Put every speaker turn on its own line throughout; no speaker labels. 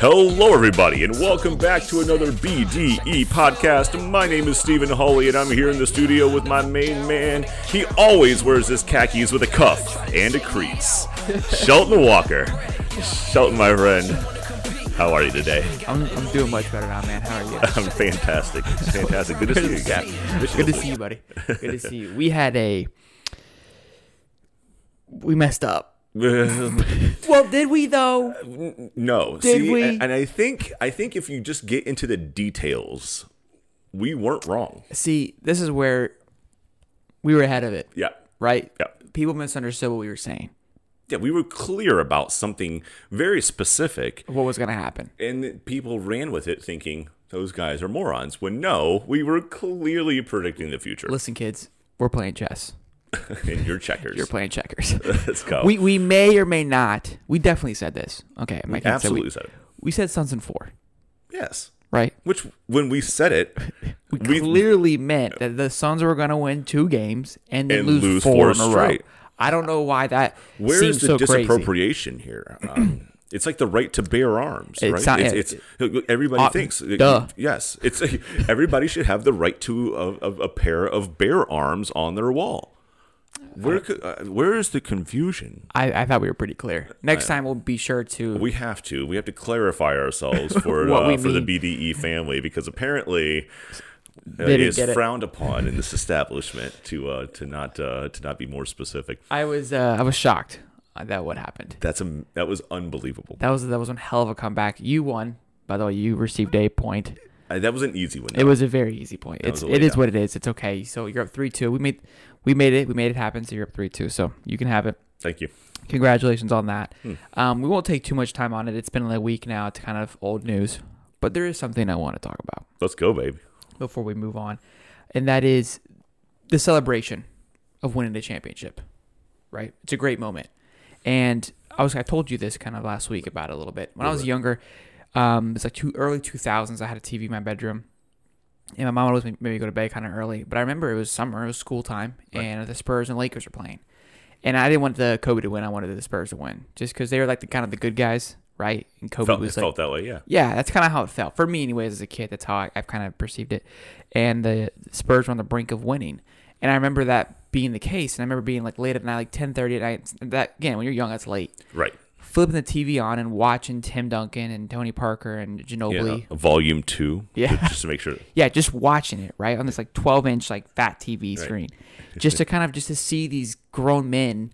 Hello, everybody, and welcome back to another BDE podcast. My name is Stephen Hawley, and I'm here in the studio with my main man. He always wears his khakis with a cuff and a crease. Shelton Walker. Shelton, my friend, how are you today?
I'm, I'm doing much better now, man. How are you?
I'm fantastic. Fantastic. Good to see you again.
Good to see you, buddy. Good to see you. We had a. We messed up. Well, did we though?
no.
Did
see,
we?
and I think I think if you just get into the details, we weren't wrong.
See, this is where we were ahead of it,
Yeah.
right?
Yeah.
People misunderstood what we were saying,
Yeah, we were clear about something very specific,
what was gonna happen.
and people ran with it thinking those guys are morons. When no, we were clearly predicting the future.
Listen, kids, we're playing chess.
and you're checkers.
We're playing checkers.
Let's go.
we we may or may not. We definitely said this. Okay, I might say
absolutely
we,
said it.
we said Suns and four,
Yes.
right?
Which, when we said it,
We
We-
clearly meant that the Suns were going to win two games and then
And
lose,
lose
four, in
four
a row.
straight.
I don't know why that
where
seems
is the
so crazy.
disappropriation here? Um, it's like the right to bear arms,
It's
right?
not-
it's, it's- everybody
Uh,
thinks.
duh.
Yes, it's everybody should have the right to a, a, a pair of bear arms on their wall. Where could, uh, where is the confusion?
I, I thought we were pretty clear. Next time we'll be sure to.
Uh, We have to. We have to clarify ourselves for
What we
uh, for the
mean.
BDE family because apparently uh,
They
it
didn't
is
get it.
frowned upon in this establishment to uh, to not uh, to not be more specific.
I was uh, I was shocked uh, that what happened.
That's a that was unbelievable.
That was that was one hell of a comeback. You won, by the way. You received a point.
I, Uh, that was an easy one.
It was a very easy point. It's
was a
it
way
is
down.
what it is. It's okay. So you're up three two. We made we made it. We made it happen. So you're up three two. So you can have it.
Thank you.
Congratulations on that. Um, we won't take too much time on it. It's been a week now. It's kind of old news, but there is something I want to talk about
Let's go, baby.
before we move on, and that is the celebration of winning the championship. Right, it's a great moment, and I was I told you this kind of last week about it a little bit when I was younger. Um, it's like two early two thousands. I had a TV in my bedroom, and my mom would always maybe go to bed kind of early. But I remember it was summer, it was school time, and the Spurs and Lakers were playing. And I didn't want the Kobe to win. I wanted the Spurs to win, just because they were like the kind of the good guys, right? And Kobe
Felt, it
was like
felt that way, yeah.
yeah, that's kind of how it felt for me, anyways. As a kid, that's how I, I've kind of perceived it. And the Spurs were on the brink of winning, and I remember that being the case. And I remember being like late at night, like ten thirty at night. That again, when you're young, that's late.
Right.
Flipping the TV on and watching Tim Duncan and Tony Parker and
Yeah. uh,
Ginobili. Yeah,
Volume two.
Yeah.
Just to make sure.
just watching it right on this like twelve inch like fat TV
Right.
screen, just to kind of just to see these grown men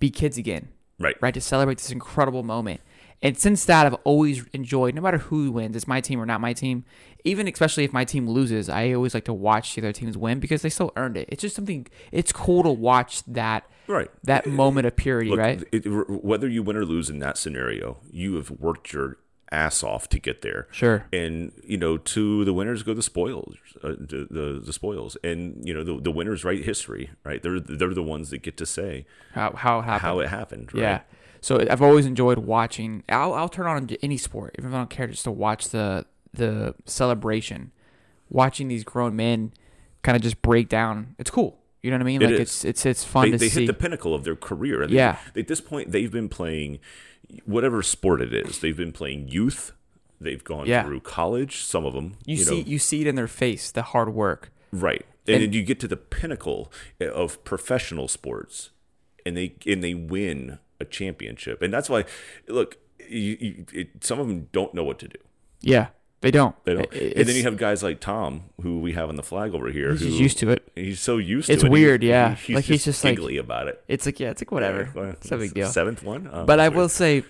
be kids again
Right.
right to celebrate this incredible moment and since that i've always enjoyed no matter who wins it's my team or not my team even especially if my team loses i always like to watch the other teams win because they still earned it it's just something it's cool to watch that
Right.
that moment of purity
Look,
right
it- whether you win or lose in that scenario, you have worked your ass off to get there.
Sure.
And you know, to the winners go the spoils, uh, the, the the spoils, and you know the the winners write history, right? They're they're the ones that get to say
how, how it happened
how it happened, right?
yeah so i've always enjoyed watching i'll, I'll turn on any sport even if i don't care just to watch the the celebration watching these grown men kind of just break down it's cool you know what i mean
It
like
is.
it's it's it's fun
They,
to
they
see
hit the pinnacle of their career. And
Yeah.
they- at this point, they've been playing whatever sport it is. They've been playing youth. They've gone
Yeah.
through college. Some of them,
you,
you
see
know,
you see it in their face the hard work
Right. And, then you get to the pinnacle eh, of professional sports and they and they win a championship. And that's why look, you, you, it, some of them don't know what to do.
yeah they don't
They don't.
It-
and then
it's-
you have guys like Tom who we have on the flag over here
he's
who
just used to it
he's so used
It's
to it.
weird, yeah.
He's
Like,
just
he's just, like-
giggly about it.
it's like yeah it's like whatever
Well,
it's no big deal
Seventh one. Um,
but i
sorry.
will say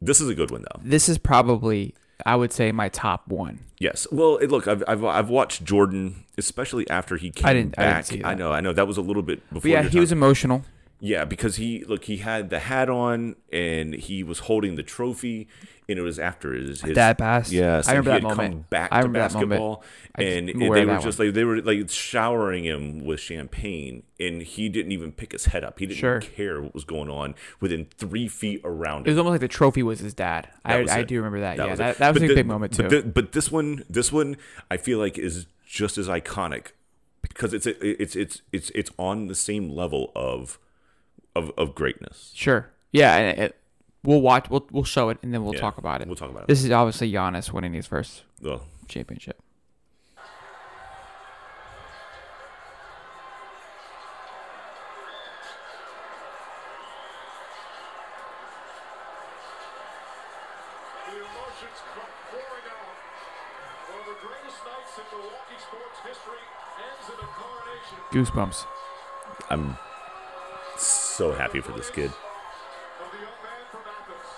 This is a good one though.
this is probably i would say my top one
Yes. Well, it, look, I've, I've I've watched Jordan, especially after he came
didn't- I
back.
didn't see that.
know, I know. That was a little bit before.
but yeah
your
he
time.
was emotional
Yeah, because he look he had the hat on and he was holding the trophy, and it was after his, his
Dad passed.
Yes,
I
and
remember
he
that
had Come
moment.
back
I
to
remember that moment.
basketball,
I just
and
am
it-
aware
they
of
were
that
just like they were like showering him with champagne, and he didn't even pick his head up. He didn't
Sure.
care what was going on within three feet around
it
him.
was almost like the trophy was his dad
That
i,
was
I
it.
do remember that, yeah
was
that,
it.
that was
But
a
thi-
big moment too
But, thi- but this one, this one, I feel like is just as iconic because it's it's it's it's it's on the same level of of of greatness.
sure yeah and it, we'll watch. We'll we'll show it and then we'll
Yeah,
talk about it.
We'll talk about it.
This is obviously Giannis winning his first
Well,
championship.
The emotions come pouring out. One of the greatest nights in Milwaukee sports history ends in a coronation.
Goosebumps.
I'm so happy for this kid.
of the young man from Athens.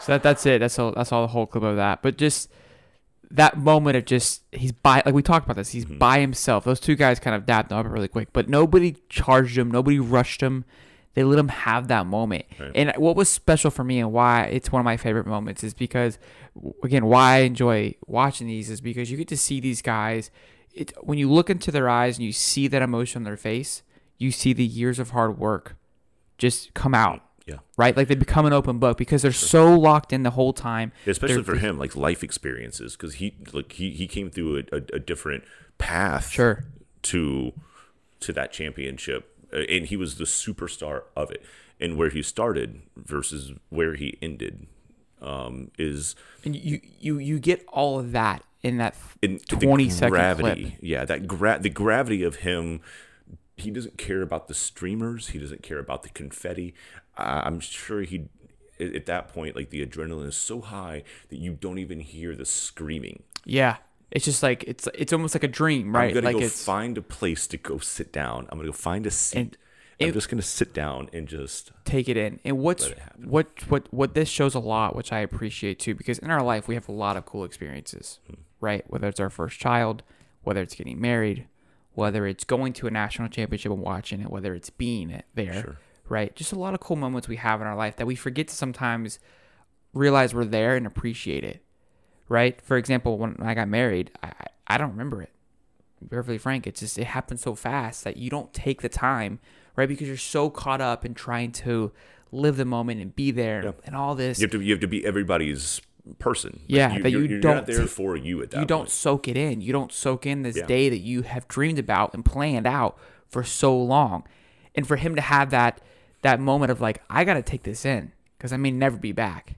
So that, that's it. That's all. That's all the whole clip of that. But just that moment of just he's by like we talked about this. He's by himself. Those two guys kind of dapped him up really quick, but nobody charged him. Nobody rushed him. They let him have that moment. And what was special for me and why it's one of my favorite moments is because again why I enjoy watching these is because you get to see these guys. It when you look into their eyes and you see that emotion on their face, you see the years of hard work just come out
Yeah.
right? Like they become an open book because they're so locked in the whole time.
Especially for
They're-
him, like life experiences, because he like he, he came through a, a, a different path
Sure.
to to that championship, uh, and he was the superstar of it. And where he started versus where he ended um, is
And you you you get all of that in that
in
twenty
the
second
gravity.
clip.
Yeah, that gra- the gravity of him. He doesn't care about the streamers. He doesn't care about the confetti. I I'm sure he, at at that point, like the adrenaline is so high that you don't even hear the screaming.
Yeah, it's just like it's it's almost like a dream, right?
I'm gonna
like
go
it's
find a place to go sit down. I'm gonna go find a seat.
And
I'm
it-
just gonna sit down and just
take it in. And what's
Let it happen.
what what what this shows a lot, which I appreciate too, because in our life we have a lot of cool experiences,
Hmm.
right? Whether it's our first child, whether it's getting married, whether it's going to a national championship and watching it, whether it's being it there, right? Just a lot of cool moments we have in our life that we forget to sometimes realize we're there and appreciate it, right? For example, when I got married, I I- I don't remember it perfectly frank, it's just it happens so fast that you don't take the time, right? Because you're so caught up in trying to live the moment and be there and all this.
you have to you have to be everybody's person.
Yeah,
you,
that
you're,
you
you're not
don't-
there for you at that.
you don't
point.
soak it in. You don't soak in this
Yeah.
day that you have dreamed about and planned out for so long. And for him to have that that moment of like, I gotta take this in because I may never be back.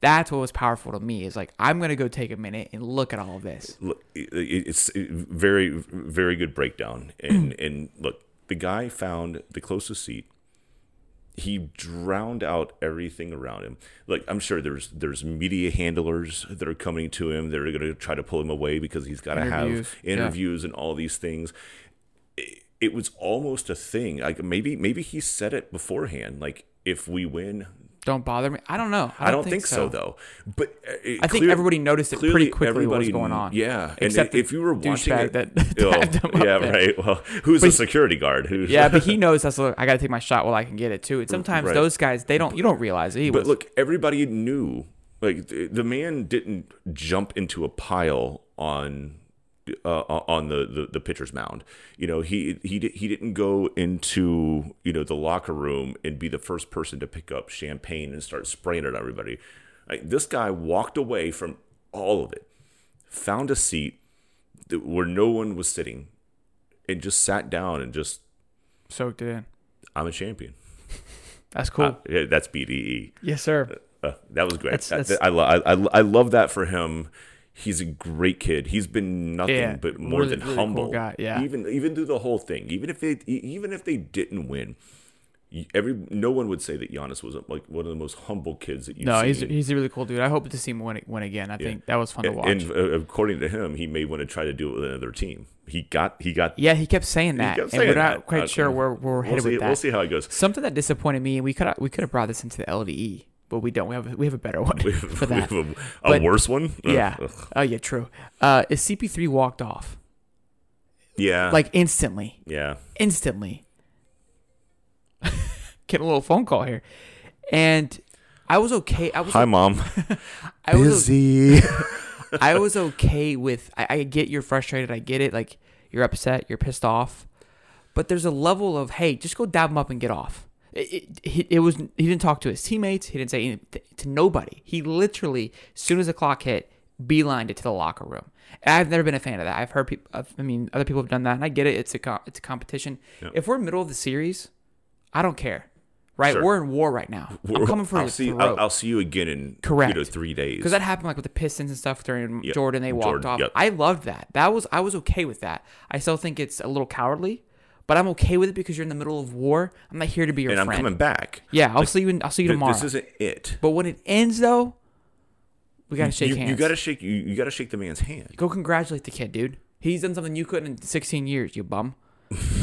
That's what was powerful to me is like I'm gonna go take a minute and look at all of this.
look, it- it's very, very good breakdown. And
Mm.
and look, the guy found the closest seat. He drowned out everything around him. Like I'm sure there's there's media handlers that are coming to him. They're going to try to pull him away because he's got to have
Interviews, yeah.
interviews and all these things. It, it was almost a thing. Like maybe maybe he said it beforehand. Like if we win,
Don't bother me. I don't know.
I don't, think, so. though. But uh, it
I think
clear-
everybody noticed it
clearly
pretty quickly what was
everybody
going
kn-
on.
Yeah,
Except
and
the
if you were watching
douchebag
it,
that
oh,
tagged him up
yeah,
there.
right. Well, who's the security guard? Who's
Yeah, but he knows that's look, I got to take my shot while I can get it too. And sometimes
Right.
those guys, they don't you don't realize it. He
But
was,
look, everybody knew. Like the, the man didn't jump into a pile on uh, on the, the the pitcher's mound. You know, he he di- he didn't go into you know the locker room and be the first person to pick up champagne and start spraying it on everybody. Like this guy walked away from all of it, found a seat that, where no one was sitting, and just sat down and just
soaked it in.
I'm a champion.
That's cool.
Yeah, that's E. BDE.
yes, sir.
Uh, that was great.
That's-
That-
that's-
I, lo- I, I, I love that for him. He's a great kid. He's been nothing
Yeah,
but more
really-
than
really cool
humble.
guy, yeah.
Even even through the whole thing, even if they e- even if they didn't win, y- every no one would say that Giannis was like one of the most humble kids that you've
No,
seen.
he's he's a really cool dude. I hope to see him win win again. I think that was fun to watch.
and uh, according to him, he may want to try to do it with another team. He got he got.
yeah, he kept saying that,
kept
and
saying
we're not
that.
quite
Uh,
sure where, where we're
We'll
headed
see,
with that.
we'll see how it goes.
Something that disappointed me, and we could we could have brought this into the LDE, but we don't. We have we have a better one for
We
that.
have a, a
But-
worse one. Ugh,
yeah.
ugh.
Oh yeah, true. Uh, is CP3 walked off
yeah,
like instantly?
yeah.
instantly. Getting a little phone call here, and I was okay. I was
Hi, mom.
I was
Busy.
I was okay with. I, I get you're frustrated. I get it. Like you're upset. You're pissed off. But there's a level of hey, just go dab him up and get off. It, it, he- it was he didn't talk to his teammates. He didn't say anything to nobody. He literally, as soon as the clock hit, beelined it to the locker room. And I've never been a fan of that. I've heard people. I mean, other people have done that, and I get it. It's a co- it's a competition. If we're middle of the series, I don't care. right?
Sure.
We're in war right now. I'm coming for
I'll
his
see,
throat.
I'll, I'll see you again in
Correct.
You know, three days.
because that happened like with the Pistons and stuff during
Yep.
Jordan. They walked
Jordan,
off.
yep.
I loved that. That was I was okay with that. I still think it's a little cowardly, but I'm okay with it because you're in the middle of war. I'm not here to be your
and I'm
friend.
coming back.
yeah, I'll see you. In, I'll see you
Th-
tomorrow.
This isn't it.
but when it ends though, we gotta shake
you,
hands.
you gotta shake. You, you gotta shake the man's hand.
go congratulate the kid, dude. He's done something you couldn't in 16 years, you bum.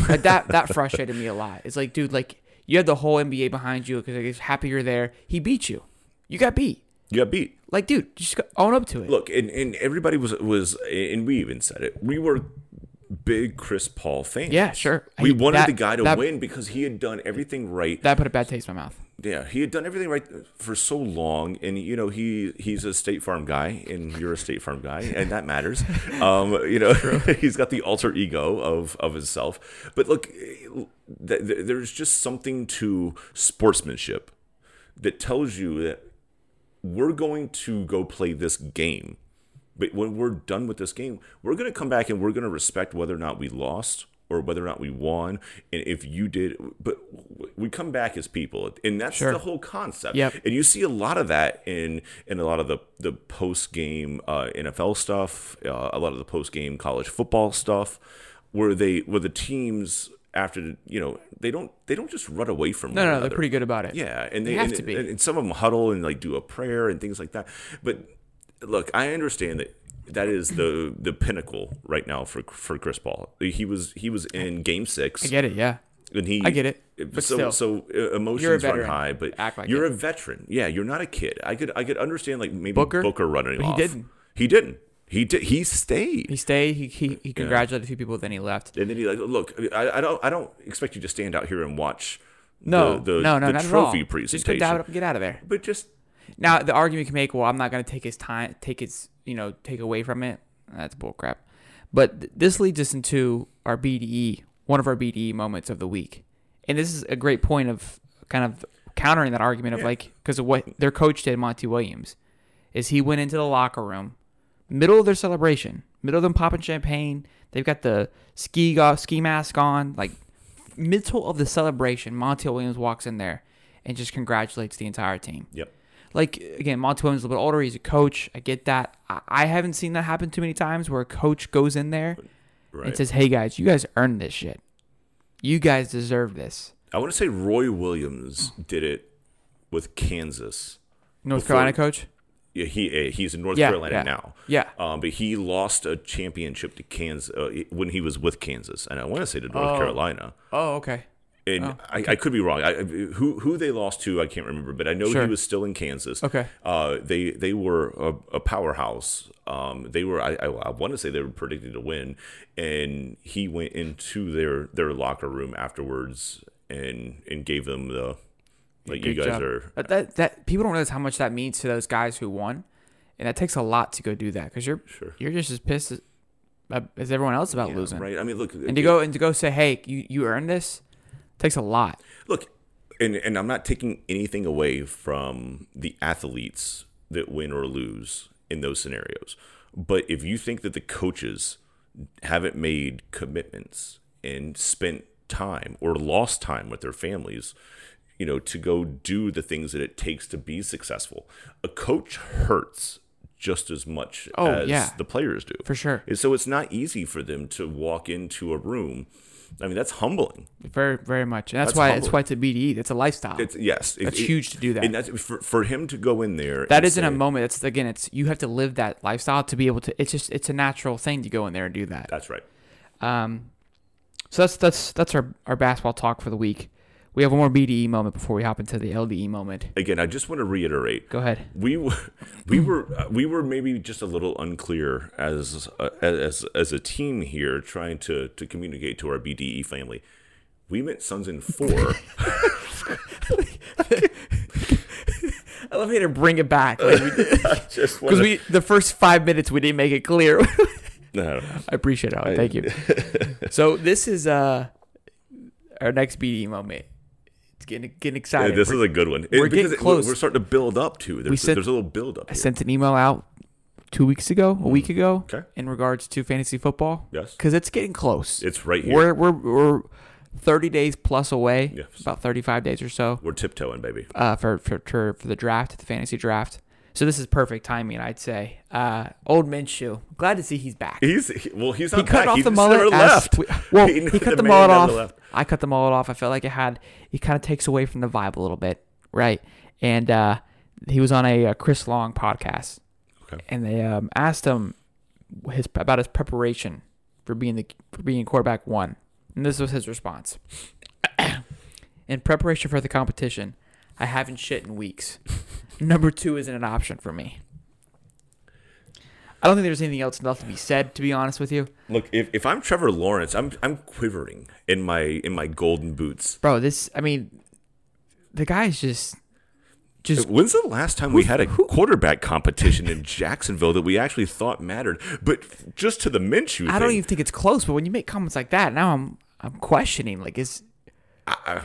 Like, that that frustrated me a lot. It's like, dude, like you had the whole NBA behind you because like, it's happy you're there. He beat you. You got beat.
You got beat.
Like, dude, just go- own up to it.
Look, and, and everybody was was, and we even said it. We were big Chris Paul fans.
Yeah, sure.
We
I-
wanted
that-
the guy to
that-
win because he had done everything right.
That put a bad taste in my mouth.
yeah, he had done everything right for so long, and you know he he's a State Farm guy, and you're a State Farm guy, and that matters. um, you know, he's got the alter ego of of himself. But look, th- th- there's just something to sportsmanship that tells you that we're going to go play this game. But when we're done with this game, we're going to come back and we're going to respect whether or not we lost or whether or not we won. And if you did, but we come back as people. And that's the whole concept.
Yep.
And you see a lot of that in, in a lot of the, the post game uh, NFL stuff, uh, a lot of the post game college football stuff, where they where the teams after you know they don't they don't just run away from
No,
one
no,
another.
they're pretty good about it.
Yeah, and they,
have
and,
to be.
And, and some of them huddle and like do a prayer and things like that. But look, I understand that that is the the pinnacle right now for for Chris Paul. He was he was in Game Six,
I get it. Yeah.
and he
I get it, but
so
still.
so uh,
You're a
emotions run
veteran.
high, but
Act like
you're
it.
a veteran. Yeah, you're not a kid. I could I could understand like maybe Booker,
Booker?
running
he
off.
didn't.
He didn't. He did. He stayed.
He stayed. He he, he congratulated a few people. Then he left.
and then he like, look, I, I don't, I don't expect you to stand out here and watch.
No,
the, the,
no, no,
the
not
trophy
at all.
presentation.
Just go dive it up and get out of there.
But just
Now the argument you can make, well, I'm not going to take his time, take his, you know, take away from it. That's bull crap. But th- this leads us into our BDE, one of our BDE moments of the week, and this is a great point of kind of countering that argument of like because of what their coach did, Monty Williams, is he went into the locker room, middle of their celebration, middle of them popping champagne. They've got the ski go- ski mask on, like middle of the celebration. Monty Williams walks in there and just congratulates the entire team
yep.
like again, Monty Williams is a little bit older. He's a coach. I get that. I, I haven't seen that happen too many times where a coach goes in there
Right.
and says, "Hey guys, you guys earned this shit. You guys deserve this."
I want to say Roy Williams did it with Kansas.
North
Before-
Carolina coach.
Yeah, he uh, he's in North
Yeah,
Carolina
yeah.
now.
Yeah.
um, but he lost a championship to Kansas uh, when he was with Kansas, and I want to say to North
Oh.
Carolina.
Oh, okay.
And I, I could be wrong. I, I- who who they lost to, I can't remember, but I know
Sure.
he was still in Kansas.
Okay.
Uh, they they were a, a powerhouse. Um, they were I, I, I want to say they were predicted to win, and he went into their their locker room afterwards and and gave them the like you
Good
guys
job.
are
that, that that- people don't realize how much that means to those guys who won, and that takes a lot to go do that because you're
Sure.
you're just as pissed as, uh, as everyone else about losing.
right. I mean, look
And to go and to go say, "Hey, you you earned this," takes a lot.
look and and i'm not taking anything away from the athletes that win or lose in those scenarios but if you think that the coaches haven't made commitments and spent time or lost time with their families you know to go do the things that it takes to be successful a coach hurts just as much
Oh,
as
yeah.
the players do
For sure.
and so it's not easy for them to walk into a room i mean that's humbling
Very very much, and that's,
That's
why
humbling.
that's why it's a BDE. That's a lifestyle.
it's yes, it-
That's
it-
huge to do that.
And that's for, for him to go in there.
That
and
isn't a
say-
moment. It's again, it's you have to live that lifestyle to be able to. It's just it's a natural thing to go in there and do that.
That's right.
Um, so that's that's that's our our basketball talk for the week. We have one more BDE moment before we hop into the LDE moment.
Again, I just want to reiterate.
Go ahead.
We were, we were, uh, we were maybe just a little unclear as uh, as as a team here trying to to communicate to our BDE family. We meant sons in four.
I love me to bring it back because
just wanna-
we the first five minutes we didn't make it clear.
no,
I appreciate it. Alan. Thank you. so this is uh our next BDE moment. It's getting getting
Yeah,
excited.
this is a good one.
We're
because
getting
it-
close.
We're starting to build up to. There's,
sent-
there's a little build up.
I sent an email out two weeks ago, a week ago,
Okay.
in regards to fantasy football.
Yes.
because it's getting close.
It's right here.
we're, we're we're 30 days plus away,
Yes.
about 35 days or so
We're tiptoeing, baby.
uh, for, for for for the draft, the fantasy draft. So this is perfect timing, I'd say. Uh, old Minshew, glad to see he's back.
He's he- well. He's not
he cut
back.
off
He
the
just
mullet.
never
as
left.
we- well, he,
the
cut the
man
mullet
never
off.
left.
I cut the mullet off. I felt like it had. It kind of takes away from the vibe a little bit, right? And uh, he was on a, uh Chris Long podcast,
Okay.
and they um, asked him his about his preparation for being the for being quarterback one, and this was his response: In preparation for the competition, I haven't shit in weeks. Number two isn't an option for me. I don't think there's anything else left to be said, to be honest with you.
Look, if, if I'm Trevor Lawrence, I'm I'm quivering in my in my golden boots.
bro this i mean the guy's just just
When's the last time we had a quarterback competition in Jacksonville that we actually thought mattered? But just to the Minshew,
i don't
thing,
even think it's close but when you make comments like that now i'm i'm questioning like is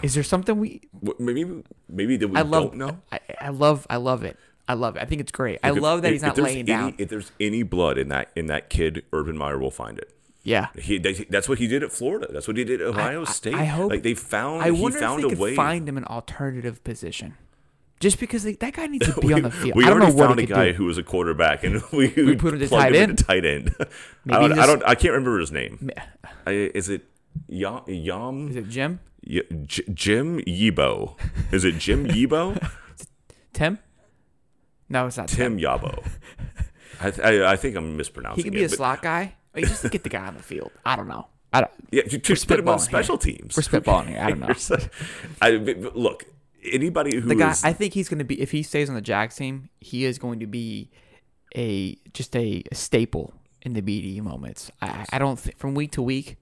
is there something we
w- maybe maybe that we
i love
don't know.
I, I love i love it i love it i think it's great i
If-
love that
if-
he's
if
not
there's
laying
any-
down
If there's any blood in that in that kid, Urban Meyer will find it.
yeah
He they- that's what he did at Florida. That's what he did at Ohio State.
I hope
like they found
i
he
wonder
found
if they
a
could
way.
find him an alternative position just because they, that guy needs to be on the field
We
i don't know
already
what
found
he
a
could
guy
do
who was a quarterback, and we,
put him to
plugged
tight
him
end?
into tight end.
Maybe
I, don't, I
this-
don't. I can't remember his name. I, is it Yom, Yom
is it jim
Y- J- Jim Yebo? Is it Jim Yebo?
tim no it's not
Tim
tim,
Yabo. I, th- I, I think I'm mispronouncing.
he could be
it,
a
but-
slot guy or you just get the guy on the field i don't know i don't
Yeah, you just put him
spitballing
on
here.
special teams.
We're spitballing here. I don't know.
You're so- I- but- but look, anybody who
the guy
is-
I think he's going to be if he stays on the Jags team, he is going to be a just a, staple in the BDE moments. I, I don't think from week to week,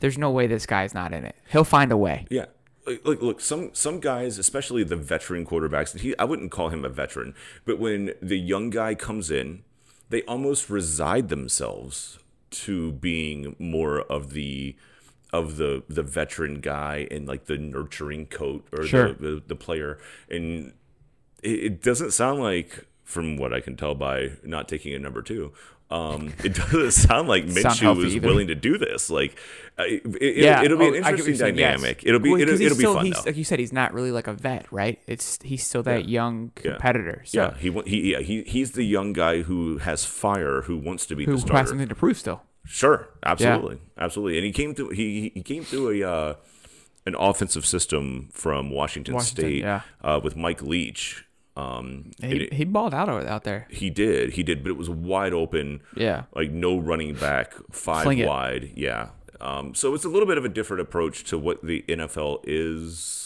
there's no way this guy's not in it. He'll find a way.
Yeah. Like, like, look, some some guys, especially the veteran quarterbacks, he I wouldn't call him a veteran, but when the young guy comes in, they almost reside themselves to being more of the of the the veteran guy and like the nurturing coat or
Sure.
the, the the player, and it, it doesn't sound like, from what I can tell by not taking a number two, um, it doesn't sound like Minshew
healthy
was
either.
willing to do this. Like, I- it, it, it'll be an
Oh, I get what
interesting
you're saying, yes.
dynamic. It'll be
Well,
it'll,
'cause he's
it'll be
still-
fun
he's-
though.
Like you said, he's not really like a vet, right? It's he's still that young competitor. So
Yeah, he wa- he yeah, he he's the young guy who has fire who wants to be
who
the
has
starter.
something to prove still?
Sure, absolutely, absolutely. And he came through. He he came through a uh, an offensive system from Washington,
Washington,
State
yeah.
uh, with Mike Leach. Um,
He,
it-
he balled out over out there.
he did, he did, but it was wide open.
Yeah.
like no running back, five
Fling it.
wide. Yeah. Um, so it's a little bit of a different approach to what the NFL is.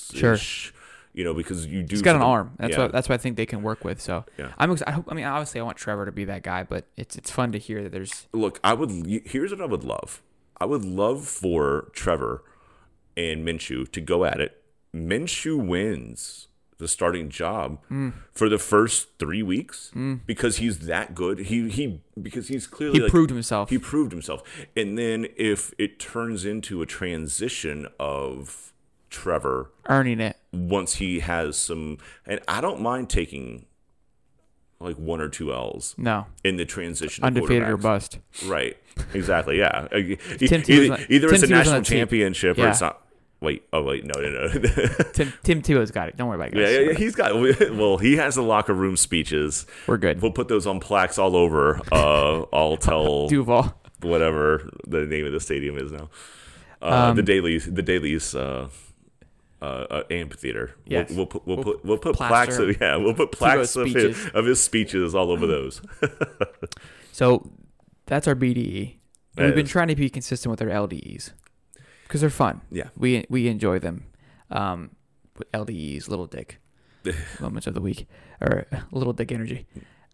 You know, because you do.
He's got an arm. That's
yeah.
what that's what I think they can work with. So
Yeah.
I'm ex- I hope. I mean, obviously, I want Trevor to be that guy, but it's it's fun to hear that there's
look, I would. Here's what I would love. I would love for Trevor and Minshew to go at it. Minshew wins the starting job
Mm.
for the first three weeks because he's that good. He he because he's clearly
he
like,
proved himself.
He proved himself. And then if it turns into a transition of Trevor
earning it.
once he has some, and I don't mind taking like one or two L's
No,
in the transition. to
undefeated or
quarterbacks.
bust.
Right. Exactly. Yeah. E- Either,
Tim Tebow's on-
either it's a
Tim Tebow's on
national
that team.
championship or it's
Yeah.
not. Wait. Oh wait. No. No. No.
Tim Tim Tebow's got it. Don't worry about it.
yeah,
Guys.
yeah, yeah. He's got. Well, he has the locker room speeches.
We're good.
We'll put those on plaques all over. Uh, I'll tell
Duval.
whatever the name of the stadium is now. Uh,
Um,
the Dailies, the Dailies uh, uh, uh, amphitheater.
Yes.
We'll, we'll put we'll,
We'll
put we'll put plaques.
plaster
Of, yeah, we'll put plaques of his,
speeches.
of his speeches all over those.
So that's our BDE.
That
We've been
is-
trying to be consistent with our LDEs because they're fun.
Yeah.
we we enjoy them. Um, with LDEs, little dick moments of the week or little dick energy.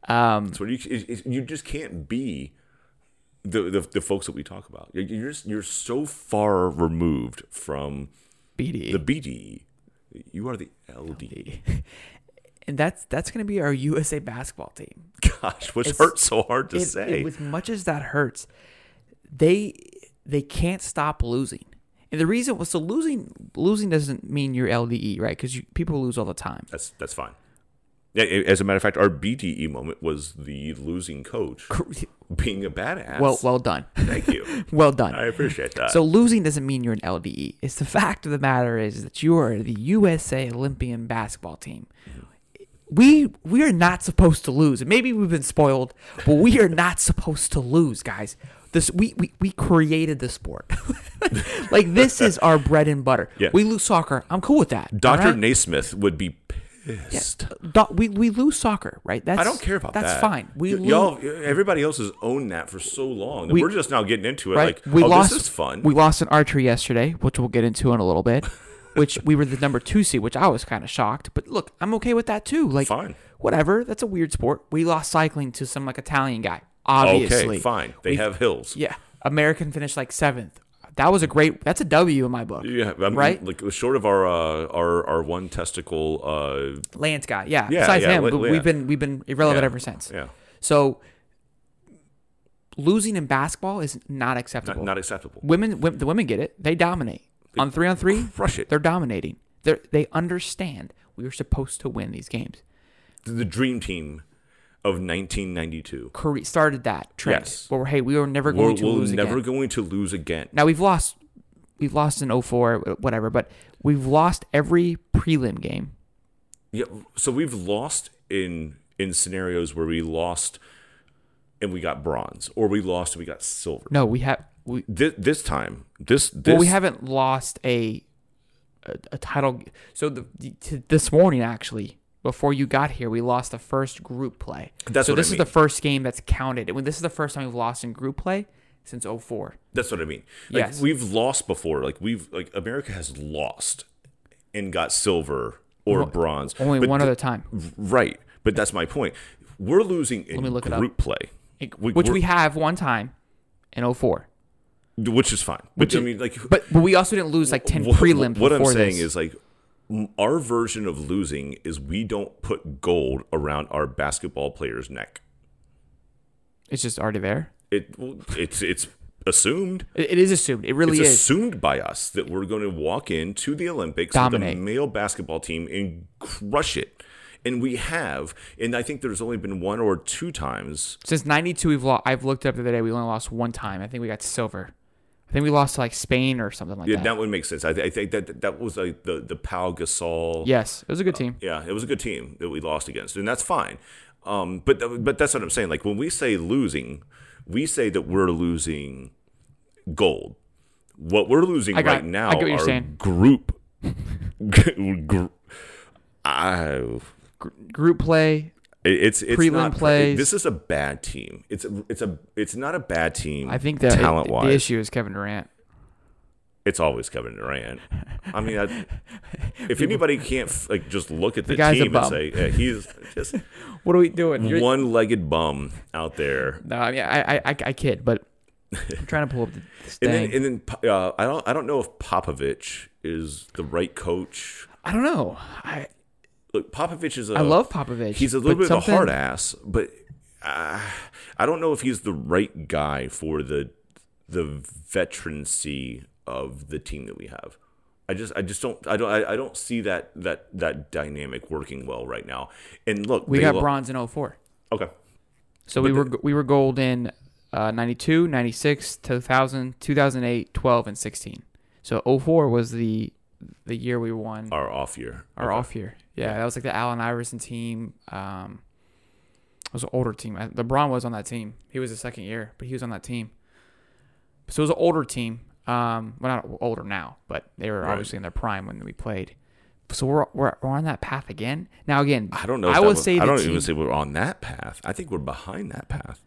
Um,
That's where you it, it- you just can't be the, the the folks that we talk about. You're, you're just you're so far removed from
BDE.
the BDE. You are the LDE.
and that's that's gonna be our USA basketball team.
Gosh, which
It's-
hurts so hard to
it-
say.
it- as much as that hurts, they they can't stop losing. And the reason was so losing losing doesn't mean you're LDE, right? Because people lose all the time.
that's that's E fine. Yeah, a- as a matter of fact, our BDE moment was the losing coach.
Cor-
being a badass.
Well, well done.
thank you.
well done.
I appreciate that.
So losing doesn't mean you're an LDE. It's the fact of the matter is that you are the USA Olympian basketball team. We we are not supposed to lose. And maybe we've been spoiled, but we are not supposed to lose, guys. This we, we, we created the sport. like this is our bread and butter.
Yes.
We lose soccer. I'm cool with that.
Dr.
alright?
Naismith would be pissed.
Do- we, we lose soccer, right? That's
I don't care about
that's
that.
fine. We
Y-
lose
y'all, everybody else has owned that for so long. that
We-
We're just now getting into it.
right?
Like, oh, this is fun.
We lost in archery yesterday, which we'll get into in a little bit. which we were the number two seed, which I was kind of shocked. But look, I'm okay with that too. Like,
Fine.
whatever. That's a weird sport. We lost cycling to some like Italian guy.
okay,
Obviously,
fine. They
We-
have hills.
Yeah, American finished like seventh. That was a great. That's a W in my book.
Yeah, I mean,
right.
Like short of our uh, our our one testicle. Uh,
Lance guy. Yeah.
Yeah,
Besides
yeah,
him,
li-
but
yeah.
we've been we've been irrelevant
Yeah,
ever since.
yeah,
So losing in basketball is not acceptable.
not, not acceptable.
women, wom- the women get it. They dominate on three on three.
crush it.
They're dominating. They they understand we are supposed to win these games.
The dream team of 1992.
Korea started that trend.
Yes.
Where hey, we are never
We're,
going to
we're
lose
never
again.
going to lose again.
now we've lost. We've lost in 04, wh- whatever, but we've lost every prelim game.
Yeah, so we've lost in in scenarios where we lost and we got bronze, or we lost and we got silver.
No, we have. We,
This, this time, this this
well, we haven't lost a a, a title. So the, the t- this morning actually, before you got here, we lost the first group play.
That's
so
what I
this is
mean.
the first game that's counted. And when this is the first time we've lost in group play since 04.
That's what I mean. Like
Yes.
we've lost before. Like we've like America has lost and got silver or bronze.
Only
But
one
th-
other time,
right. But that's my point. We're losing in
me look it up.
group play.
It-
we-
which
we're-
we have one time in 04.
Which is fine. Which
Which
I
is-
mean like
But, but we also didn't lose like 10
what,
prelims
what I'm
before
saying
this.
is like m- our version of losing is we don't put gold around our basketball player's neck.
it's just already there.
It well, it's it's assumed.
It, it is assumed. It really
It's
is.
assumed by us that we're going to walk into the Olympics
Dominate.
with a male basketball team and crush it. And we have, and I think there's only been one or two times.
Since 92, we've lost. I've looked it up the other day. We only lost one time. I think we got silver. I think we lost to like Spain or something like
Yeah,
that.
that would make sense. I, th- I think that that was like the the Pau Gasol.
Yes, it was
Oh.
a good team.
Yeah, it was a good team that we lost against, and that's fine. Um, but th- but that's what I'm saying. Like when we say losing, we say that we're losing gold. What we're losing
I got-
right now
I get what
are
you're saying.
group. gr- I-
Group play.
it- it's it's
Prelim
not
plays.
This is a bad team. It's a, it's a it's not a bad team.
I think that it-
talent
the
wise,
issue is Kevin Durant.
it's always Kevin Durant. I mean, I, if anybody can't f- like just look at the,
guy's
team
a
and
bum.
say yeah, he's just
What are we doing? You're-
one-legged bum out there.
no, I mean I, I I I kid, but I'm trying to pull up the this
And
thing.
then, and then uh, I don't I don't know if Popovich is the right coach.
I don't know. I
Look, Popovich is a
I love Popovich.
Uh, He's a little
but
bit of a
something-
hard ass, but uh, I don't know if he's the right guy for the the veterancy of the team that we have. I just I just don't I don't I, I don't see that that that dynamic working well right now. And look,
We
they
got
lo-
bronze in 04.
Okay.
So we were we were gold in uh, 92, 96, 2000, 2008, 12 and 16. So 04 was the the year we won our,
Our off year.
off year. Yeah, that was like the Allen Iverson team. Um it was an older team. I- LeBron was on that team. He was the second year, but he was on that team. So it was an older team. Um, well, not older now, but they were
Right.
obviously in their prime when we played. So we're, we're, we're on that path again. Now again,
I don't know. If
I
that
will
was-
say
I
the
don't
team-
even say we're on that path. I think we're behind that path.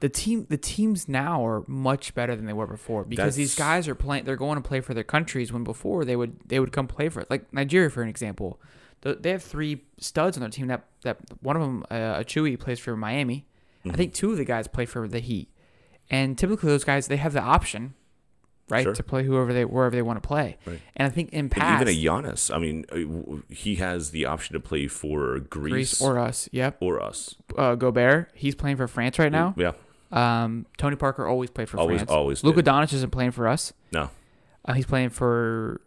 the team the teams now are much better than they were before because these
That's-
guys are playing they're going to play for their countries when before they would they would come play for it like Nigeria for an example Th- they have three studs on their team that that one of them uh, Achui plays for Miami
Mm-hmm.
I think two of the guys play for the Heat and typically those guys they have the option right
Sure.
to play whoever they wherever they want to play and I think in
And
past
even a Giannis. I mean, uh, w- he has the option to play for Greece,
Greece
or,
or us yep
us.
uh, Gobert he's playing for France right now
Yeah.
um Tony Parker always played for
Always-
France
always
Luka
did.
Doncic isn't playing for us
No.
Uh, he's playing for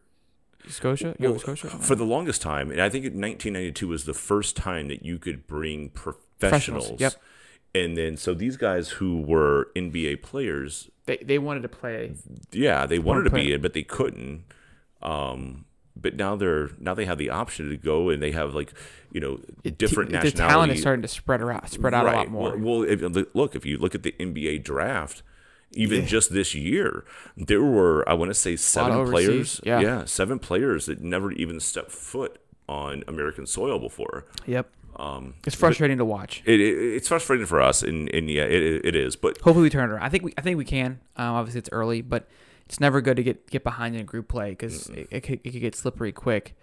Scotia. Nova Scotia.
For the longest time, and I think in 1992 was the first time that you could bring professionals
Yep.
And then so these guys who were NBA players,
They, they wanted to play.
yeah, they wanted to be
player.
in, but they couldn't. Um, but now they're now they have the option to go, and they have like you know different
the
nationalities.
talent is starting to spread around, spread out a lot more.
Well, well, if, look, if you look at the NBA draft, even just this year, there were I want to say seven players.
overseas, yeah.
seven players that never even stepped foot on American soil before. Um,
yep. it's frustrating to watch.
It, it, it's frustrating for us, and, and yeah, it, it is. But
Hopefully we turn it around. I think we I think we can. Um, obviously it's early, but it's never good to get get behind in group play because it, it, could, it could get slippery quick.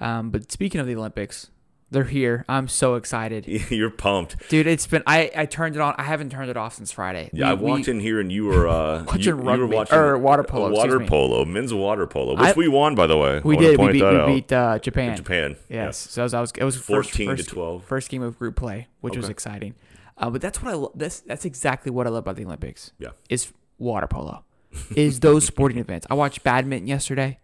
Um, but speaking of the Olympics, they're here. I'm so excited,
you're pumped.
dude. It's been I I turned it on. I haven't turned it off since Friday.
Yeah, I walked in here and you were uh,
Watching
you, you were
rugby,
watching
or water polo,
uh,
excuse
water
me.
polo, men's water polo, which
I-
we won by the way. I
We
wanna
did. We
point
beat
that
we
out.
beat uh, Japan.
Japan,
Yes.
yeah.
So that was, I was it was first-
14 to
first,
12.
First game of group play, which was exciting. Uh, but that's what I lo- that's that's exactly what I love about the Olympics.
Yeah.
Is water polo, is those sporting events. I watched badminton yesterday.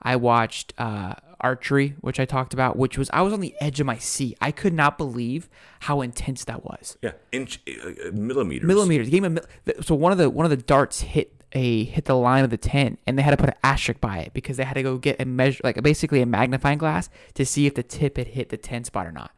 I watched uh, archery, which I talked about, which was I was on the edge of my seat. I could not believe how intense that was.
yeah, inch uh, uh, millimeters.
Millimeters. Game of mil- th- so one of the one of the darts hit a hit the line of the tent, and they had to put an asterisk by it because they had to go get a measure, like basically a magnifying glass, to see if the tip had hit the ten spot or not.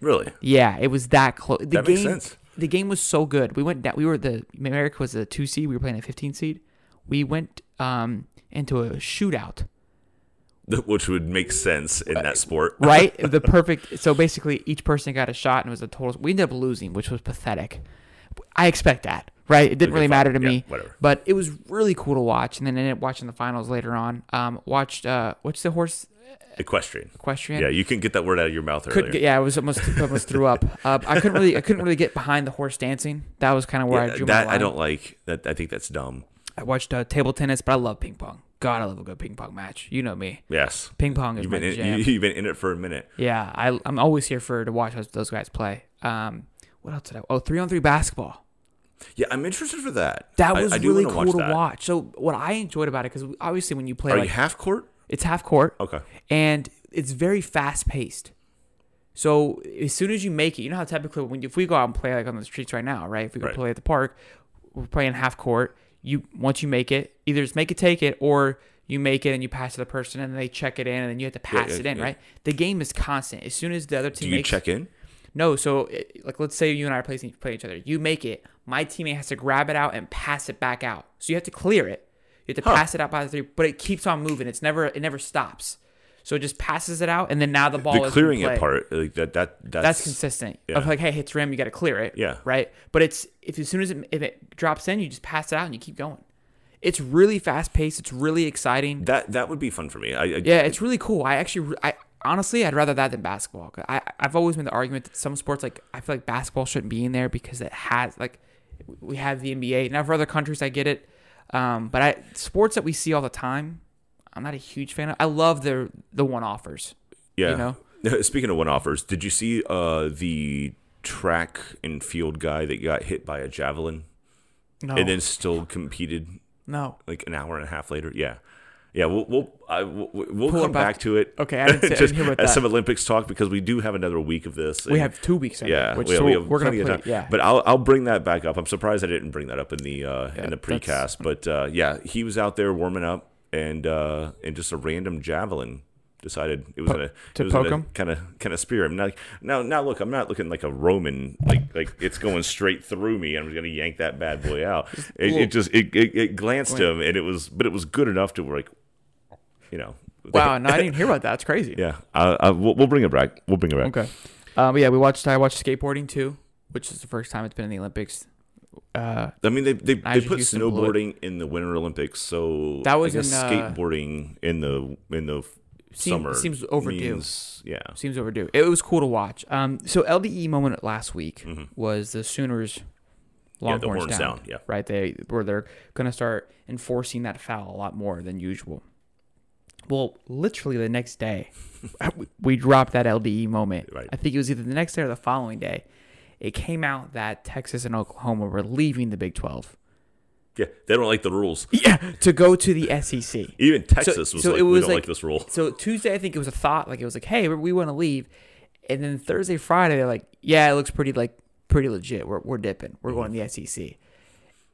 Really?
Yeah, it was that close. The
That
game,
makes sense.
The game was so good. We went down. We were the America was the two seed. We were playing a fifteen seed. We went um into a shootout.
Which would make sense in that sport.
right? the perfect. So basically, each person got a shot, and it was a total. We ended up losing, which was pathetic. I expect that, right? It didn't really
fine.
matter to
Yeah,
me.
whatever.
But it was really cool to watch, and then ended up watching the finals later on. Um, watched uh, what's the horse
Equestrian.
equestrian?
Yeah, you can get that word out of your mouth earlier.
Could get, yeah, I was almost almost threw up. Uh, I couldn't really I couldn't really get behind the horse dancing. That was kind of where I drew
that
my line.
I don't like. That I think that's dumb.
I watched uh, table tennis, but I love ping pong. God, I love a good ping pong match. You know me.
Yes.
Ping pong is
You've
my
been
jam.
in, you, have been in it for a minute.
Yeah, I, I'm always here for to watch those, those guys play. Um, what else did I? Oh, three on three basketball.
Yeah, I'm interested for that.
That
I-
was
I do
really
wanna
cool to
that.
watch. So what I enjoyed about it because obviously when you play
Are
like
you half court?
it's half court,
Okay.
and it's very fast paced. So as soon as you make it, you know how typically when if we go out and play like on the streets right now, right? If we go
Right.
play at the park, we're playing half court. You once you make it, either it's make it take it or you make it and you pass it to the person and they check it in and then you have to pass
yeah,
it in,
yeah.
right? The game is constant. As soon as the other
Do
team
you
makes
check in?
no, so it, like let's say you and I are playing, playing each other. You make it. My teammate has to grab it out and pass it back out. So you have to clear it. You have to pass it out by the three, but it keeps on moving. It's never it never stops. So it just passes it out, and then now the ball is
the
in
clearing
play.
it part, like that, that that's,
That's consistent. Of
yeah.
like, hey, hits rim, you got to clear it.
Yeah.
Right. But it's if as soon as it, if it drops in, you just pass it out and you keep going. It's really fast paced. It's really exciting.
That that would be fun for me. I, I
Yeah, it's really cool. I actually, I honestly, I'd rather that than basketball. 'Cause I, I've always made the argument that some sports, like I feel like basketball shouldn't be in there because it has, like, we have the NBA. Now for other countries, I get it, um, but I sports that we see all the time, I'm not a huge fan of. I love the the one offers.
yeah.
know?
Speaking of one offers, did you see uh, the track and field guy that got hit by a javelin
No,
and then still competed
no.
like an hour and a half later. Yeah, yeah. We'll we'll I, we'll, we'll
it
come
back.
back to it.
Okay, I didn't- I didn't
Just
hear about
as
that.
some Olympics talk because we do have another week of this.
We
and-
have two weeks. In it,
Yeah,
which,
we,
so
we have
we're gonna
plenty of
play.
time.
Yeah,
But I'll I'll bring that back up. I'm surprised I didn't bring that up in the uh, in the
that's-
precast. But uh, yeah, he was out there warming up, and uh, and just a random javelin decided it was gonna
to
it was
poke
gonna
him?
kind of kind of spear him. Now now now look, I'm not looking like a Roman like like it's going straight through me. I'm gonna yank that bad boy out. It, it just it, it, it glanced him, and it was but it was good enough to where, like you know
wow, no, I didn't hear about that. It's crazy.
yeah. Uh, uh, we'll, we'll bring it back. We'll bring it back.
Okay. Um, but yeah, we watched. I watched skateboarding too, which is the first time it's been in the Olympics. Uh,
I mean, they they, they
Nigel
put
Houston blew it.
snowboarding in the Winter Olympics, so
That was
I guess
in, uh,
skateboarding in the in the f-
Seem-
summer.
seems overdue.
means- yeah,
seems overdue. It was cool to watch. Um, so LDE moment last week was the Sooners. Longhorns
horns
down,
down, Mm-hmm. yeah.
right. They where they're gonna start enforcing that foul a lot more than usual. Well, literally the next day, uh, we- we dropped that LDE moment.
Right.
I think it was either the next day or the following day. It came out that Texas and Oklahoma were leaving the Big Twelve.
yeah. They don't like the rules.
Yeah, to go to the E SEC.
Even Texas was
so
like,
it
we
was
don't
like-
like this rule.
So Tuesday, I think it was a thought, like it was like, hey, we want to leave, and then Thursday, Friday, they're like, yeah, it looks pretty like pretty legit. We're we're dipping. We're going to the SEC.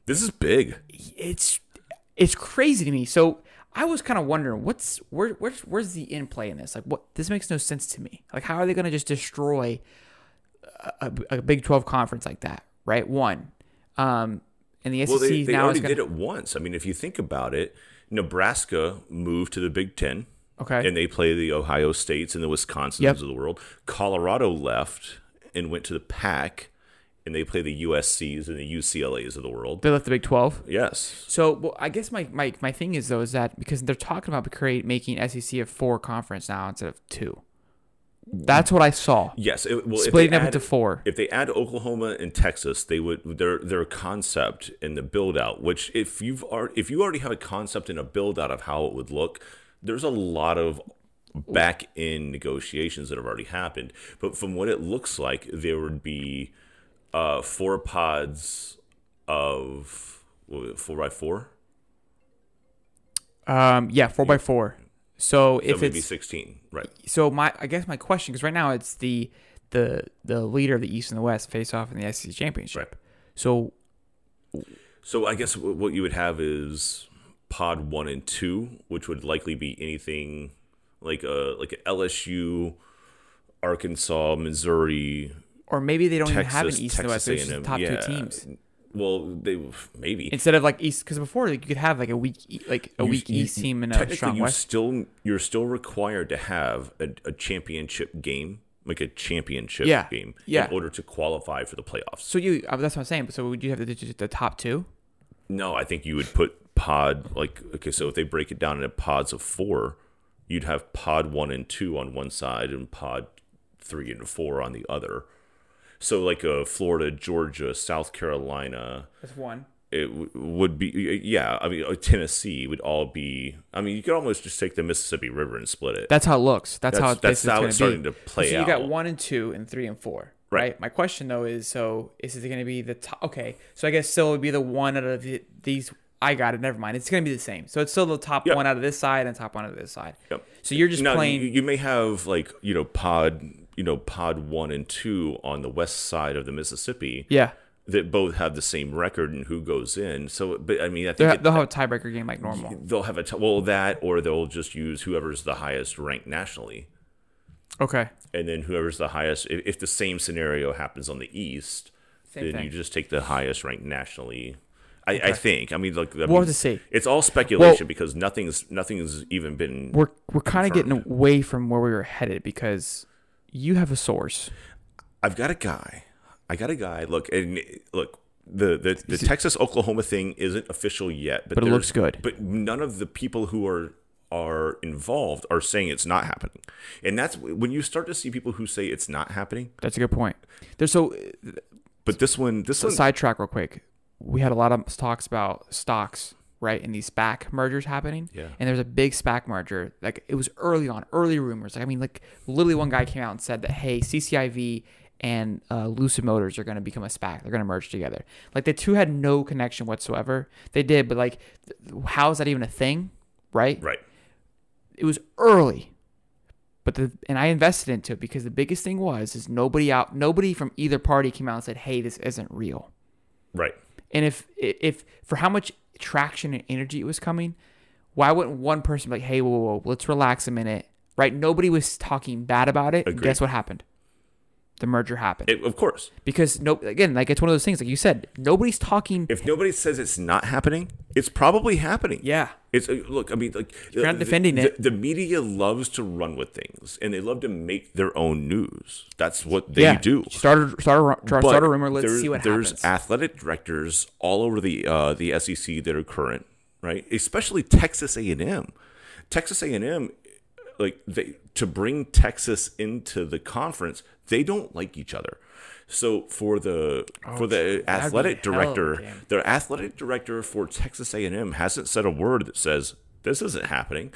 This is big.
It's it's crazy to me. So I was kind of wondering what's where where's where's the in play in this? Like what this makes no sense to me. Like how are they going to just destroy a, a, a Big Twelve conference like that? Right, one. Um, and the SEC
Well, they, they
now is
already
going
did it once. I mean, if you think about it, Nebraska moved to the Big Ten.
Okay.
And they play the Ohio States and the Wisconsins
Yep.
of the world. Colorado left and went to the Pac, and they play the USCs and the UCLAs of the world.
They left the Big Twelve.
Yes.
So well, I guess my, my my thing is though is that because they're talking about create making SEC a four conference now instead of two. That's what I saw.
Yes. It, well, if they
Splitting up
add-
into four.
If they add Oklahoma and Texas, they would their their concept and the build out. Which if you've already, if you already have a concept and a build out of how it would look, there's a lot of back end negotiations that have already happened. But from what it looks like, there would be uh, four pods of what was it, four by four.
Um, yeah, four by four. So
That
if
would be
it's
sixteen, right?
so my I guess my question because right now it's the the the leader of the East and the West face off in the SEC championship.
Right.
So
So I guess wh- what you would have is pod one and two, which would likely be anything like a like a LSU, Arkansas, Missouri,
or maybe they don't even have an
Texas,
East and the West.
Texas
There's just
A&M.
the top
Yeah.
two teams
Well, they maybe
instead of like East because before like, you could have like a weak E- like a
You-
weak
you-
East team and a
technically
strong
you
West.
still you're still required to have a, a championship game, like a championship
Yeah.
game,
Yeah.
in order to qualify for the playoffs.
So you uh, that's what I'm saying. So would you have the, the, the top two?
No, I think you would put pod like okay, so if they break it down into pods of four, you'd have pod one and two on one side and pod three and four on the other. So like uh, Florida, Georgia, South Carolina,
That's one.
it w- would be yeah. I mean uh, Tennessee would all be. I mean you could almost just take the Mississippi River and split it.
That's how it looks. That's, how
That's-
it,
that's
this is
how
gonna
it's starting to
be.
play
So you got
out.
one and two and three and four,
Right.
right? My question though is, so is it going to be the top? Okay, so I guess still it would be the one out of the, these. I got it. Never mind. It's going to be the same. So it's still the top
Yep.
one out of this side and top one out of this side.
Yep.
So you're just
Now,
playing.
You, you may have like you know pod you know pod one and two on the west side of the Mississippi.
yeah,
that both have the same record and who goes in. So, but I mean, I
They're-
think
they'll have a tiebreaker game like normal.
it, they'll have a t- well that, or they'll just use whoever's the highest ranked nationally,
Okay.
and then whoever's the highest. If, if the same scenario happens on the East,
Same
then
thing.
you just take the highest ranked nationally. I, I think. I mean, like I
We'll
mean,
have to see.
It's all speculation because nothing's nothing's even been.
We're we're kind of getting
Confirmed.
away from where we were headed because you have a source.
I've got a guy. I got a guy. Look and look. The the, the Texas Oklahoma thing isn't official yet, but,
But it
there's-
looks good.
But none of the people who are are involved are saying it's not happening, and that's when you start to see people who say it's not happening.
That's a good point. There's so
But this one, this one,
sidetrack real quick. We had a lot of talks about stocks, right? And these SPAC mergers happening.
Yeah.
And there's a big SPAC merger. Like it was early on, early rumors. Like, I mean, like literally one guy came out and said that, hey, CCIV and uh, Lucid Motors are going to become a SPAC. They're going to merge together. Like the two had no connection whatsoever. They did, but like, th- how is that even a thing? Right?
right?
it was early but the and i invested into it because the biggest thing was is nobody out nobody from either party came out and said hey this isn't real
Right.
and if if for how much traction and energy it was coming why wouldn't one person be like hey whoa whoa, whoa let's relax a minute right nobody was talking bad about it
Agreed.
guess what happened the merger happened
It, of course,
because no again like it's one of those things like you said nobody's talking
if nobody says it's not happening, it's probably happening.
yeah
It's uh, look. I mean, like
You're not
the-
defending
the,
it.
The media loves to run with things, and they love to make their own news. That's what they
yeah
do.
started started
But
started rumor let's
there's-
see what
there's
happens
athletic directors all over the uh, the SEC that are current, right? Especially Texas A and M. Texas A and M, like they to bring Texas into the conference, they don't like each other. So for the for the athletic
hell of a
director,
game.
the athletic director for Texas A and M hasn't said a word that says this isn't happening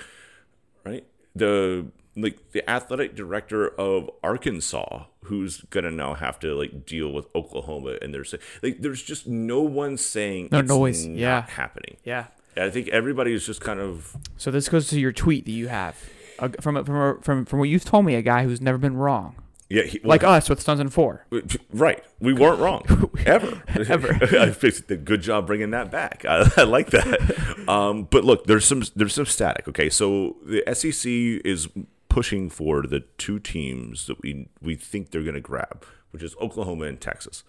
right? The like the athletic director of Arkansas, who's gonna now have to like deal with Oklahoma, and there's like there's just no one saying
No
it's
noise,
not
yeah.
happening.
yeah
I think everybody is just kind of
So this goes to your tweet that you have uh, from from from from what you've told me, a guy who's never been wrong.
Yeah, he, well,
like us with Suns and Four.
Right. We weren't wrong. Ever.
Ever.
I fixed it. Good job bringing that back. I, I like that. Um, but look, there's some there's some static. Okay, so the SEC is pushing for the two teams that we we think they're going to grab, which is Oklahoma and Texas.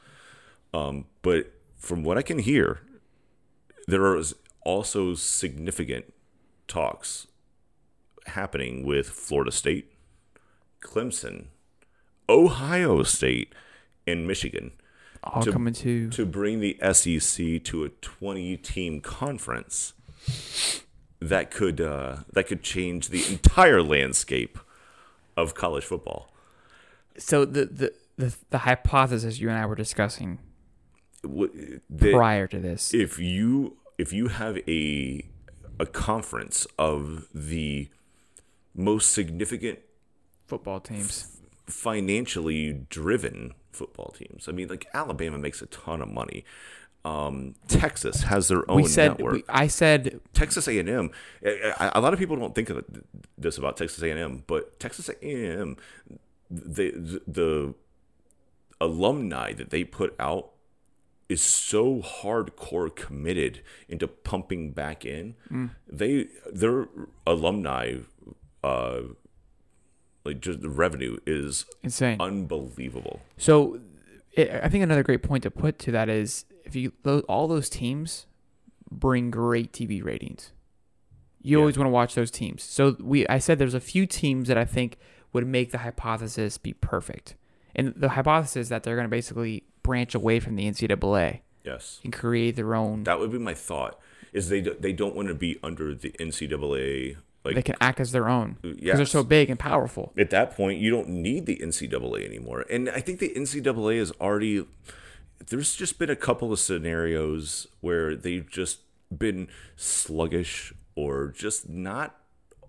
Um, but from what I can hear, there is also significant talks happening with Florida State, Clemson, Ohio State, and Michigan
All
To-
coming to
to bring the SEC to a 20 team conference that could uh, that could change the entire landscape of college football.
so the, the the the hypothesis you and I were discussing
W- the-
prior to this.
if you if you have a a conference of the most significant
Football teams.
financially driven football teams. I mean, like Alabama makes a ton of money. Um, Texas has their own
We said
network.
we, I said
Texas A&M. I- I- eh, A lot of people don't think of this about Texas A&M, but Texas A&M, the the alumni that they put out is so hardcore committed into pumping back in. They their alumni, uh, like just the revenue is
insane.
Uh, unbelievable.
So i I think another great point to put to that is if you tho- all those teams bring great TV ratings. You always want to watch those teams. So we I said there's a few teams that I think would make the hypothesis be perfect. And the hypothesis is that they're going to basically branch away from the NCAA
Yes,
and create their own.
that would be my thought. Is they do- they don't want to be under the NCAA like
They can act as their own because they're
Yes.
so big and powerful.
at that point you don't need the NCAA anymore. And I think the NCAA is already there's just been a couple of scenarios where they've just been sluggish or just not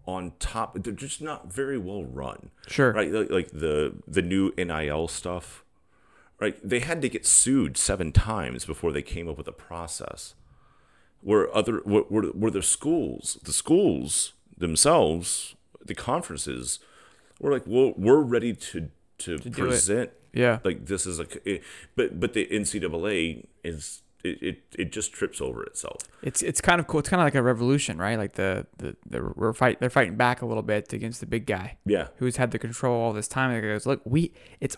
on top. They're just not very well run.
Sure.
Right? Like, like the the new NIL stuff. Right? They had to get sued seven times before they came up with a process. Where other where, where, where the schools, the schools themselves, the conferences we're like well we're ready to to,
it.
present
Yeah.
like this is a c- it- but but the ncaa is it, it it just trips over itself
It's it's kind of cool. It's kind of like a revolution, right? Like the the, the we're fight they're fighting back a little bit against the big guy.
yeah
who's had the control all this time and goes, look, we it's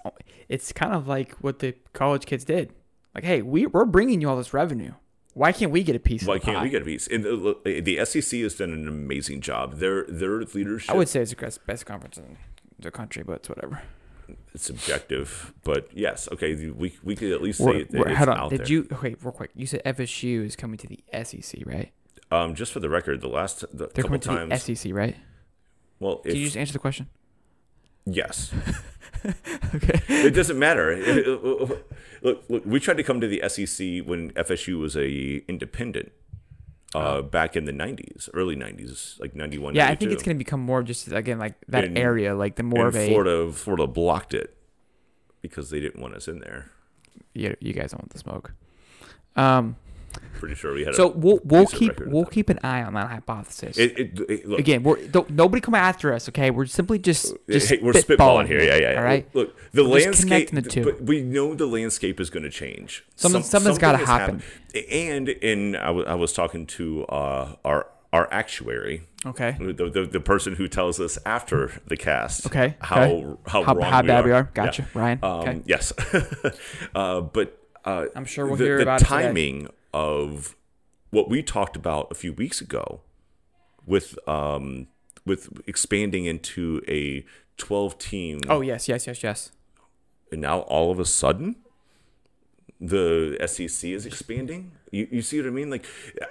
it's kind of like what the college kids did. Like, hey, we we're bringing you all this revenue. Why can't we get a piece?
why
of the
can't
pie?
we get a piece and the, the sec has done an amazing job their their leadership
I would say it's the best- best conference in the country, but it's whatever.
it's subjective but yes okay we we could at least say
We're-
it,
we're-
it's
hold on,
out
did
there
you? Okay, real quick. You said FSU is coming to the SEC, right?
um just for the record the last the
They're
couple
coming to the
times
SEC, right?
well
Did you
if,
just answer the question?
yes
Okay.
it doesn't matter. look, look, we tried to come to the SEC when FSU was a independent uh, back in the '90s, early '90s, like '91.
Oh. Yeah, I think it's going to become more of just again like that
In-
area, like the more
And
of a
Florida, Florida blocked it because they didn't want us in there.
you, you guys don't want the smoke. Um,
Pretty sure we had.
so
a,
we'll we'll
decent
keep
record at
we'll
that.
keep an eye on that hypothesis.
it, it, it- look,
Again, we're don't, nobody come after us, okay? We're simply just just
Uh, hey, we're spitballing here. Yeah, yeah. yeah.
All right.
Look, the
We're just
landscape.
connecting the two.
But we know the landscape is going to change.
Something- something's gotta
has
happen.
happened. And in I wa- I was talking to uh, our our actuary.
Okay.
The, the, the person who tells us after the cast
Okay,
how
okay.
how,
How-
wrong
how
we
bad
are.
we are. Gotcha, Ryan,
Um,
okay.
Yes, uh, but uh,
I'm sure we'll
the,
hear
the
about it today.
timing of what we talked about a few weeks ago with um with expanding into a 12 team
Oh yes, yes, yes, yes.
and now all of a sudden the SEC is expanding. You, you see what I mean? Like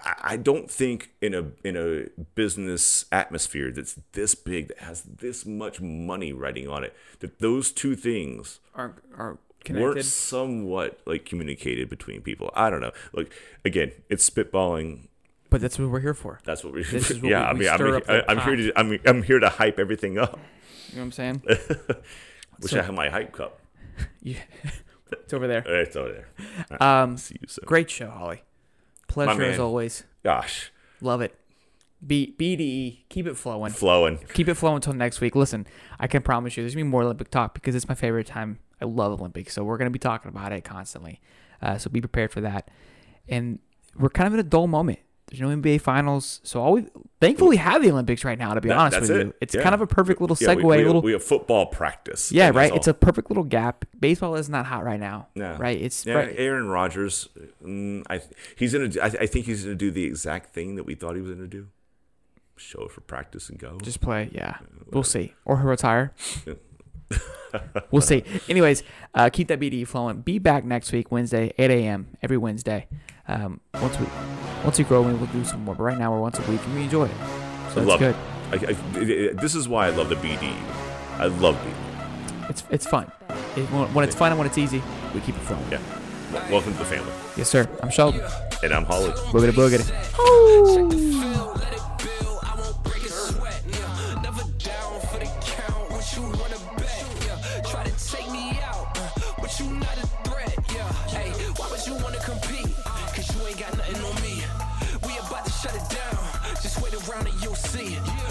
I, I don't think in a in a business atmosphere that's this big that has this much money writing on it that those two things
Are are
weren't somewhat like communicated between people. I don't know. Like again, it's spitballing.
But that's what we're here for.
That's what we.
This is what
yeah,
we- we
I mean,
stir
I'm,
up the
I'm here to I'm I'm here to hype everything up.
You know what I'm saying?
Wish
So-
I had my hype cup.
Yeah. it's over there.
It's over there.
Um,
See you soon.
great show, Holly. Pleasure as
man.
always.
Gosh.
Love it. B- BDE, keep it flowing.
Flowing.
keep it flowing until next week. Listen, I can promise you there's going to be more Olympic talk because it's my favorite time. I love Olympics, so we're going to be talking about it constantly. Uh, so be prepared for that. And we're kind of in a dull moment. There's no NBA finals, so all we thankfully we have the Olympics right now. To be
That-
honest
that's
with
it.
you, it's
Yeah.
kind of a perfect little
Yeah,
segue,
we, we,
little
we have football practice.
yeah,
and that's
right. It's
all.
a perfect little gap. Baseball is not hot right now.
No.
Right. It's
yeah,
right.
Aaron Rodgers. Mm, I th- he's gonna. do- I, th- I think he's gonna do the exact thing that we thought he was gonna do. Show up for practice and go.
just play. Yeah. We'll see. Or he'll retire. we'll see. Anyways, uh, keep that BDE flowing. Be back next week, Wednesday, 8 a.m. every Wednesday. Um, once we once you grow, we'll do some more. But right now, we're once a week and we enjoy it. So
I
it's
love
good.
it. I, I- this is why I love the BD. I love BD.
It's it's fun. It- when when it's fun and when it's easy, we keep it flowing.
Yeah. Wel- Welcome to the family.
Yes, sir. I'm Sheldon.
And I'm Holly.
Boogity boogity.
Cause you ain't got nothing on me. We about to shut it down. Just wait around and you'll see.